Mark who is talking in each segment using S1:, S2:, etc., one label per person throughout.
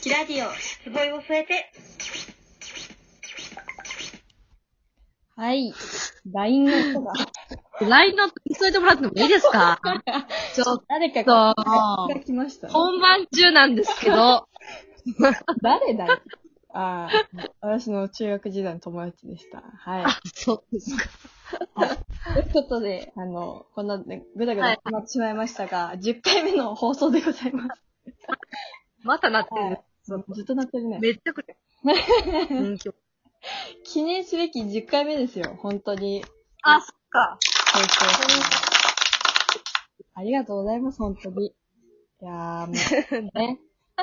S1: キラディオ、すごいを添えて。
S2: はい。LINE の人が、
S3: LINE の急いでもらってもいいです かちょっ
S2: 誰かが、
S3: と、
S2: が来ましたね。
S3: 本番中なんですけど、
S2: 誰だよ。ああ、私の中学時代の友達でした。はい。
S3: そうですか。
S2: ということで、あの、こんなね、ぐだぐだ決まってしまいましたが、10回目の放送でございます。
S3: またなって
S2: は
S3: る
S2: い。ずっとなってるね。
S3: めっちゃくちゃ。うん今日
S2: 記念すべき10回目ですよ、本当に。
S3: あ、そっか。
S2: そうそうありがとうございます、本当に。いやー、もう、 ね。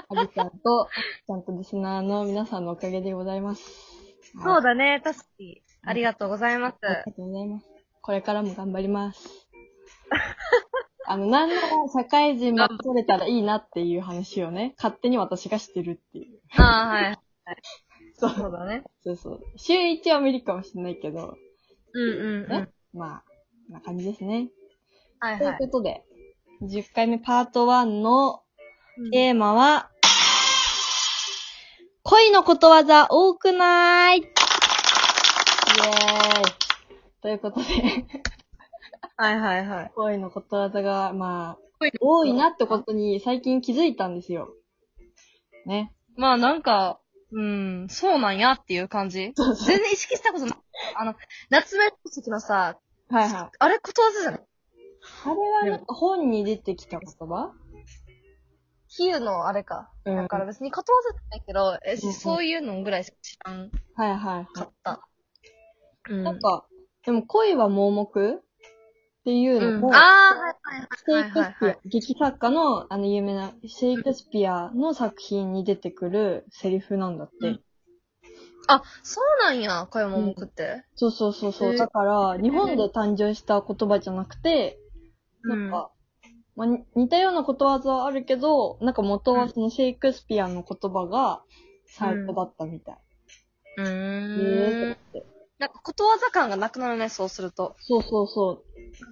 S2: アビちゃんと、ちゃんとリスナーの皆さんのおかげでございます。
S3: そう
S2: だ。
S3: だね、確かに。ありがとうございます。
S2: ありがとうございます。これからも頑張ります。あの、なんなら社会人が取れたらいいなっていう話をね、勝手に私がしてるっていう。
S3: ああ、はい。
S2: そう
S3: そうだね。
S2: そうそう。週1は無理かもしれないけど、
S3: うんうんうん。
S2: まあ、こんな感じですね。
S3: はい
S2: とい
S3: は
S2: う
S3: い
S2: こ。とで、10回目パート1の
S3: うん
S2: テーマは、恋のことわざ多くないイエーイということで、
S3: はいはいはい。
S2: 恋のことわざが、まあ、
S3: 恋のこと
S2: 多いなってことに最近気づいたんですよ。ね。
S3: まあなんか、うん、そうなんやっていう感じ。
S2: そう
S3: 全然意識したことない。あの、夏目漱石のさ、
S2: はいはい。
S3: あれことわざじゃない
S2: あれはなんか本に出てきた言葉
S3: 比喩のあれか。
S2: うん
S3: だから別にことわざじゃないけど、え
S2: うんうん
S3: そういうのぐらいしか知らん
S2: はいはいはい。
S3: かった。うん。
S2: なんか、でも恋は盲目っていう
S3: う
S2: の
S3: ん、
S2: も、
S3: ああ、はいはい
S2: シェイク
S3: はい
S2: スピ
S3: はい
S2: ア、劇作家の、あの、有名な、シェイクスピアの作品に出てくるセリフなんだって。
S3: うんあ、そうなんや、小山もくって。
S2: そうそうそうそう。
S3: へー
S2: だから、日本で誕生した言葉じゃなくて、なんか、まあに似たようなことわざはあるけど、なんか元はそのシェイクスピアの言葉が最高だったみたい。
S3: うん。
S2: へ
S3: うー
S2: ーと。
S3: ん
S2: 思って
S3: なんかことわざ感がなくなるね、そうすると。
S2: そうそうそ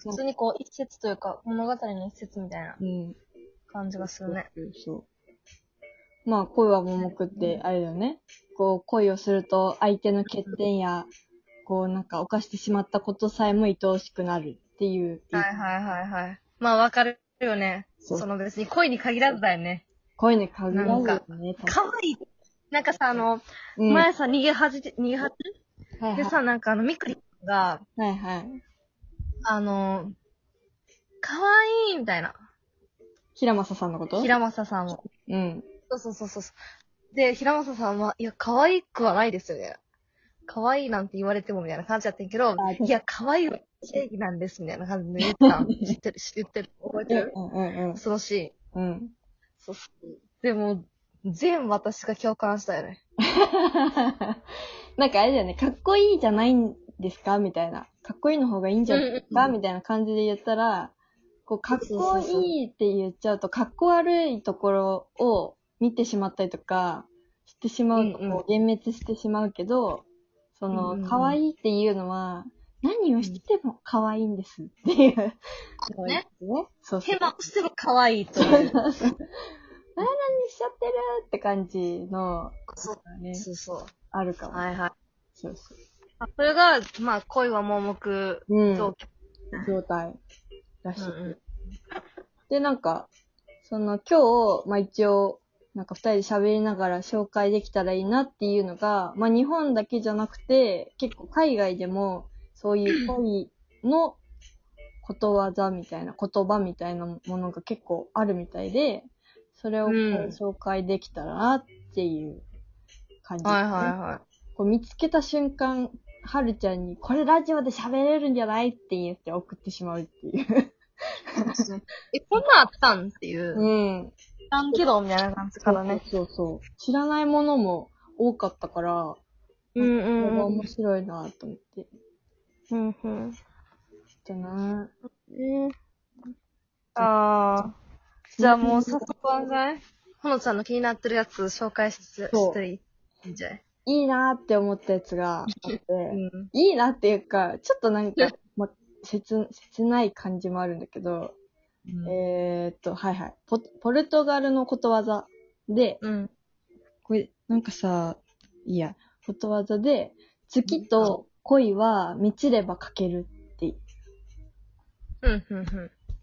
S3: 普通にこう、一節というか、物語の一節みたいな
S2: う。うん。
S3: 感じがするね。
S2: そうそう。まあ、恋は盲目って、あれだよね。こう、恋をすると、相手の欠点や、こう、なんか、犯してしまったことさえも愛おしくなるっていう。
S3: はいはいはいはい。まあわかるよね。
S2: そう
S3: その別に恋に限らずだよね。
S2: 恋に限らずね、確
S3: 可愛いなんかさ、あの、
S2: にうん
S3: 前さ、逃げ恥じ、逃げ恥
S2: はい
S3: で
S2: は
S3: さ、なんかあの、みくりんが、
S2: い。はいはい。
S3: あの、可愛いみたいな。
S2: 平正さんのこと
S3: 平正さんも。
S2: うん。
S3: そうそうそうそうそう。で、平正さんは、いや、可愛くはないですよね。可愛いなんて言われてもみたいな感じだったんやけど
S2: あ、
S3: いや、可愛いは正義なんですみたいな感 じで言ってたの。知ってる、知ってる、覚えてる
S2: うんうん
S3: そのシーン。
S2: うん。うん。
S3: そうそう。でも、全部私が共感したよね。
S2: なんかあれだよね、かっこいいじゃないんですかみたいな。かっこいいの方がいいんじゃないですか、
S3: うんうん
S2: みたいな感じで言ったら、こう、かっこ
S3: そうそうそう
S2: いいって言っちゃうと、かっこ悪いところを見てしまったりとか、してしまうと、こう
S3: うんうん
S2: 幻滅してしまうけど、そ
S3: うんうんう
S2: の、
S3: ん
S2: 可愛いっていうのは、何をしてても可愛いんですっていう。ね。
S3: ね。
S2: そうそう。
S3: 手間をしても可愛いという。
S2: 何しちゃってるって感じの、
S3: そう
S2: ね、
S3: そうそ
S2: あるか
S3: う。
S2: も。
S3: はいはい。
S2: そうそう。
S3: あそれが、まあ、恋は盲目
S2: うん。
S3: 状況。
S2: 状態らしい。
S3: うんうん
S2: で、なんか、その今日、まあ一応、なんか二人で喋りながら紹介できたらいいなっていうのが、まあ日本だけじゃなくて、結構海外でも、そういう恋のことわざみたいな、言葉みたいなものが結構あるみたいで、それをこう
S3: うん
S2: 紹介できたらなっていう感じですね、
S3: はいはいは
S2: こう見つけた瞬間、はるちゃんに、これラジオで喋れるんじゃないって言って送ってしまうっていう。
S3: い。え、こんなんあったんっていう。
S2: うん。
S3: 知らんけど、みたいな感じからね。
S2: そうそうそうそう。知らないものも多かったから、こ
S3: うんう
S2: れは
S3: ん
S2: 面白いなと思って。
S3: うん。うん
S2: じゃな
S3: うん。ああ。じゃあもう早速あんじゃないほのちゃんの気になってるやつ紹介し
S2: そう
S3: していいんじゃない
S2: いいなって思ったやつがあって、
S3: うん。
S2: いいなっていうか、ちょっとなんか、ま、切、切ない感じもあるんだけど、えー、っと、はいはいポ。ポルトガルのことわざで、
S3: うん。
S2: これ、なんかさ、いや、ことわざで、月と恋は満ちれば欠ける。
S3: うん、うん、うん。っ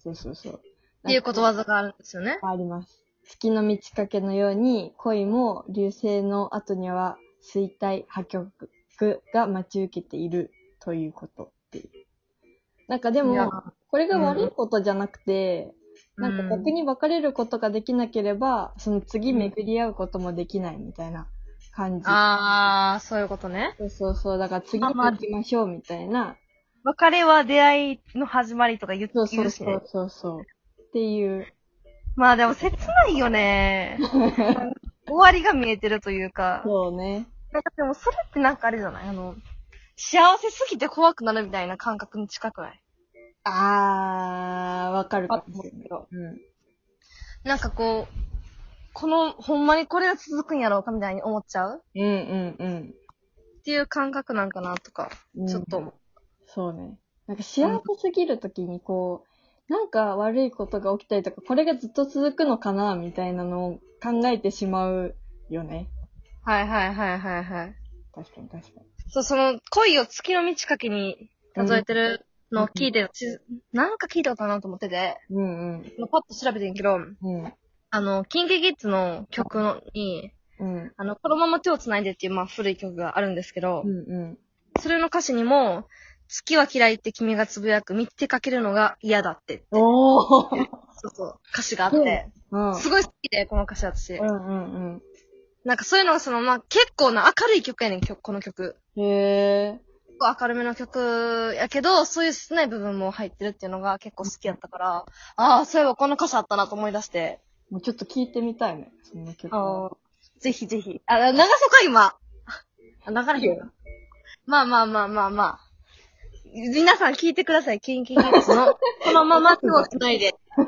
S2: そうそうそう。って
S3: いうことわざがあるんですよね。
S2: あります。月の満ち欠けのように、恋も流星の後には衰退、破局が待ち受けているということっていう。なんかで
S3: いや
S2: も、これが悪いことじゃなくて、なんか逆に別れることができなければ、その次巡り合うこともできないみたいな感じ。
S3: ああ、そういうことね。
S2: そうそうそう、だから次
S3: あ
S2: に
S3: まあ
S2: 行きましょうみたいな。
S3: 別れは出会いの始まりとか言って
S2: そうそ
S3: る
S2: う
S3: し
S2: そ
S3: ね
S2: うそうそう。っていう。
S3: まあでも切ないよね。終わりが見えてるというか。
S2: そうね。
S3: なんかでもそれってなんかあれじゃないあの、幸せすぎて怖くなるみたいな感覚に近くない
S2: あー、わかるかもしれない。うん。
S3: なんかこう、この、ほんまにこれが続くんやろうかみたいに思っちゃう
S2: うんうんうん。
S3: っていう感覚なんかなとか、
S2: うん
S3: ちょっと思う。
S2: そうね。なんか幸せすぎるときにこう、なんか悪いことが起きたりとか、これがずっと続くのかな、みたいなのを考えてしまうよね。
S3: はいはいはいはいはい。
S2: 確かに確かに。
S3: そう、その恋を月の満ち欠けに例えてるのを聞いて、ちなんか聞いたことあるなと思ってて、
S2: うんうん。
S3: パッと調べてんけど、
S2: うん。
S3: あの、キンキキッズの曲のに、
S2: うん。
S3: あの、このまま手を繋いでっていう、まあ、古い曲があるんですけど
S2: う、んうん。
S3: それの歌詞にも、月は嫌いって君がつぶやく、見てかけるのが嫌だって、
S2: おー
S3: そうそう、歌詞があって、
S2: うん。
S3: すごい好きで、この歌詞私
S2: う。んうん
S3: なんかそういうのがその、まあ、結構な明るい曲やねん、曲この曲。
S2: うん。へー。
S3: 結構明るめの曲やけど、そういう切ない部分も入ってるっていうのが結構好きやったから、ああ、そういえばこの歌詞あったなと思い出して、
S2: もうちょっと聞いてみたいね、その曲。
S3: あーぜひぜひ。あ、流そうか、今。あ、流れへんな。まあまあまあまあまあ。皆さん聞いてください。キンキンキッズの、このまま手を繋 いで。
S2: は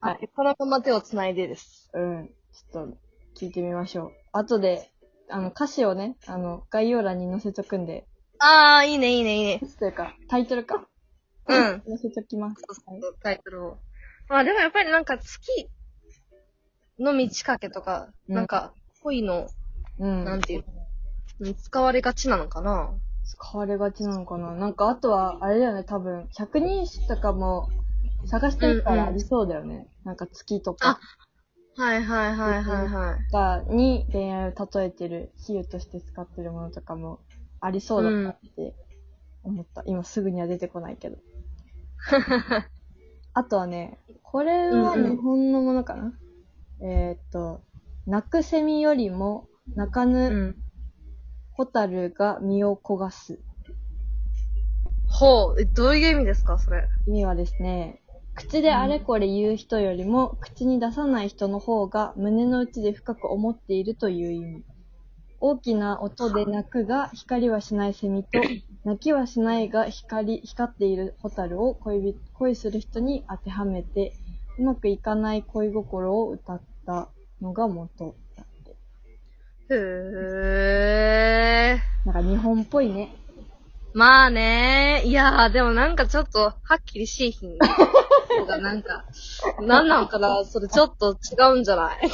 S3: はい。このまま手を繋いでです。
S2: うん。ちょっと聞いてみましょう。後で、あの、歌詞をね、あの、概要欄に載せとくんで、
S3: ああ、いいね、いいね、いいね。
S2: 歌詞というか、タイトルか。
S3: うん。
S2: 載せときます。はい
S3: タイトルを。まあでもやっぱりなんか月の満ち欠けとか、
S2: うん
S3: なんか恋の、
S2: うん。
S3: なんていうの、使われがちなのかな
S2: 使われがちなのかななんか、あとは、あれだよね、多分、百人誌とかも、探してるか
S3: うんう
S2: ら
S3: ん
S2: ありそうだよね。なんか、月と
S3: あ
S2: か
S3: はいはいはいはいはい。
S2: がに恋愛を例えてる、比喩として使ってるものとかも、ありそうだなって思った。今すぐには出てこないけど。あとはね、これは
S3: うんうん
S2: 日本のものかな、えーっと、泣くセミよりも泣か
S3: う
S2: ぬ
S3: ん。
S2: 蛍が身を焦がす。
S3: ほう、えどういう意味ですか、それ。
S2: 意味はですね、口であれこれ言う人よりも、口に出さない人の方が胸の内で深く思っているという意味。大きな音で泣くが光はしないセミ と、泣きはしないが光、光っている蛍を恋人恋する人に当てはめて、うまくいかない恋心を歌ったのが元だって。
S3: へー。
S2: なんか日本っぽいね。
S3: まあねいやー、でもなんかちょっと、はっきりしいひん。そうか、なんか、なんなんかな、それちょっと違うんじゃない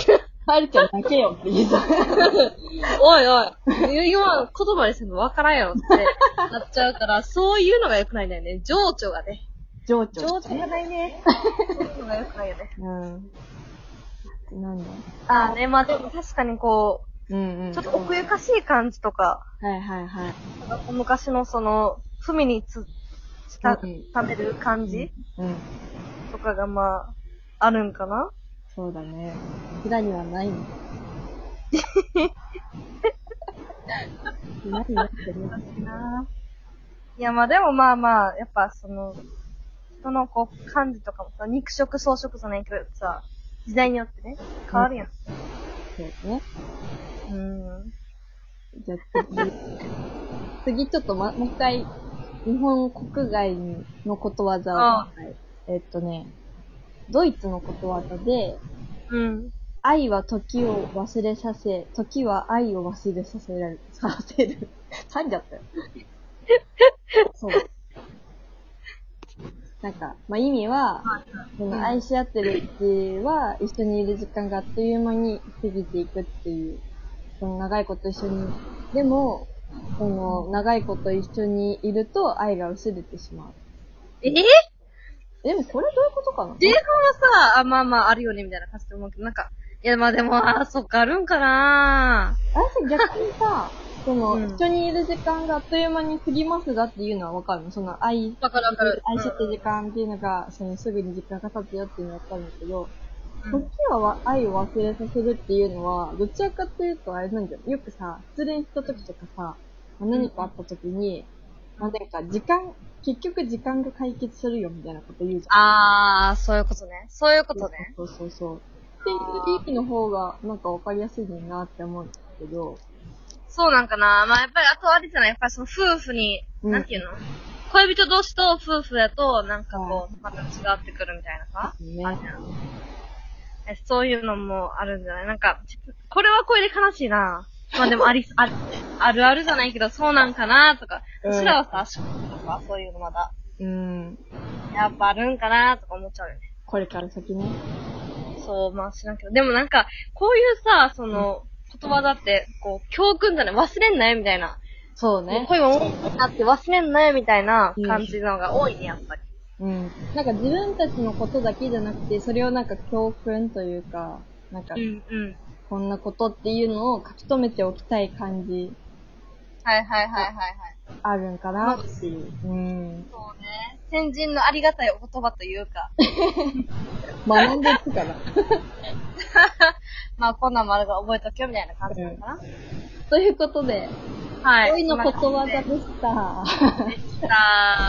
S2: はるちゃん泣けよって言うた。
S3: おいおい、今言葉にするの分からんよってなっちゃうから、そういうのが良くないんだよね。情緒がね。
S2: 情緒。
S3: 情緒がないね。そういうのが良くないよね。
S2: うん。なんだ
S3: ああね、まあでも確かにこ
S2: うんう
S3: う、
S2: ん。
S3: ちょっと奥ゆかしい感じとか、
S2: はいはいはい。
S3: なんか昔のその、文につ、した、
S2: うん
S3: 食べる感じ
S2: うん。
S3: とかがまあ、あるんかな
S2: そうだね。うちらにはない の。ないなってね。
S3: いや、まあでもまあまあ、やっぱその、人のこう、感じとかもさ、肉食、草食じゃないけどさ、時代によってね、変わるやん。
S2: そうね。
S3: うん。
S2: じゃあ次。次ちょっとま、もう一回、日本国外のことわざを。
S3: あ
S2: はいえっとね、ドイツのことわざで、
S3: うん。
S2: 愛は時を忘れさせ、時は愛を忘れさせられる、させる。 噛んじゃったよ。そう。なんか、まあ、意味は、その愛し合ってるうちは、一緒にいる時間があっという間に過ぎていくっていうその長いこと一緒に。でも、その、長いこと一緒にいると愛が薄れてしまう。
S3: えー、
S2: でもこれどういうことかな
S3: 前半はさ、あ、まあまあ、あるよね、みたいな感じで思うけど、なんか、いや、まあでも、あー、そっか、あるんかな
S2: あれさ、逆に さ、その、
S3: うん
S2: 一緒にいる時間があっという間に過ぎますがっていうのはわかるのその、愛、
S3: わかるわかる
S2: 愛してる時間っていうのが、その、すぐに時間が経つよっていうのはわかるんだけど、
S3: うん
S2: こっちはわ愛を忘れさせるっていうのは、どちらかというとあれなんじゃん。よくさ、失恋した時とかさ、何かあった時に、まあ、なんか時間、結局時間が解決するよみたいなこと言うじゃん。
S3: あー、そういうことね。そういうことね。
S2: そうそうそう。っていう意味の方が、なんかわかりやすいなって思うんですけど、
S3: そうなんかなまあやっぱり、あとあれじゃないやっぱりその夫婦に、
S2: うん
S3: なんていうの恋人同士と夫婦だと、なんかこう、また違ってくるみたいなさ。
S2: ね
S3: あるじゃんえそういうのもあるんじゃないなんか、ちょっとこれはこれで悲しいなまあでも あり、ああるあるじゃないけど、そうなんかなとか。
S2: うん
S3: うちらはさ、仕事とかそういうのまだ、
S2: うん。
S3: やっぱあるんかなとか思っちゃうよね。
S2: これから先ね。
S3: そう、まあ知らんけど。でもなんか、こういうさ、その、言葉だって、こう、教訓だね。忘れんなよ、みたいな。
S2: そう
S3: ね、
S2: ね。
S3: 恋も多くなって忘れんなよ、みたいな感じのが多いね、やっぱり。
S2: うん。なんか自分たちのことだけじゃなくて、それをなんか教訓というか、なんか、
S3: ん、うん。
S2: こんなことっていうのを書き留めておきたい感じ
S3: はいはいはいはいはい。
S2: あるんかなっていう。 うん。
S3: そうね。先人のありがたいお言葉という か。
S2: 学んでいくから。
S3: まあ、こんなんもあるが覚えとけよ、みたいな感じなのかな。
S2: ということで、
S3: はい。
S2: 恋の言
S3: そんな
S2: 葉
S3: 感じで
S2: でした。
S3: した。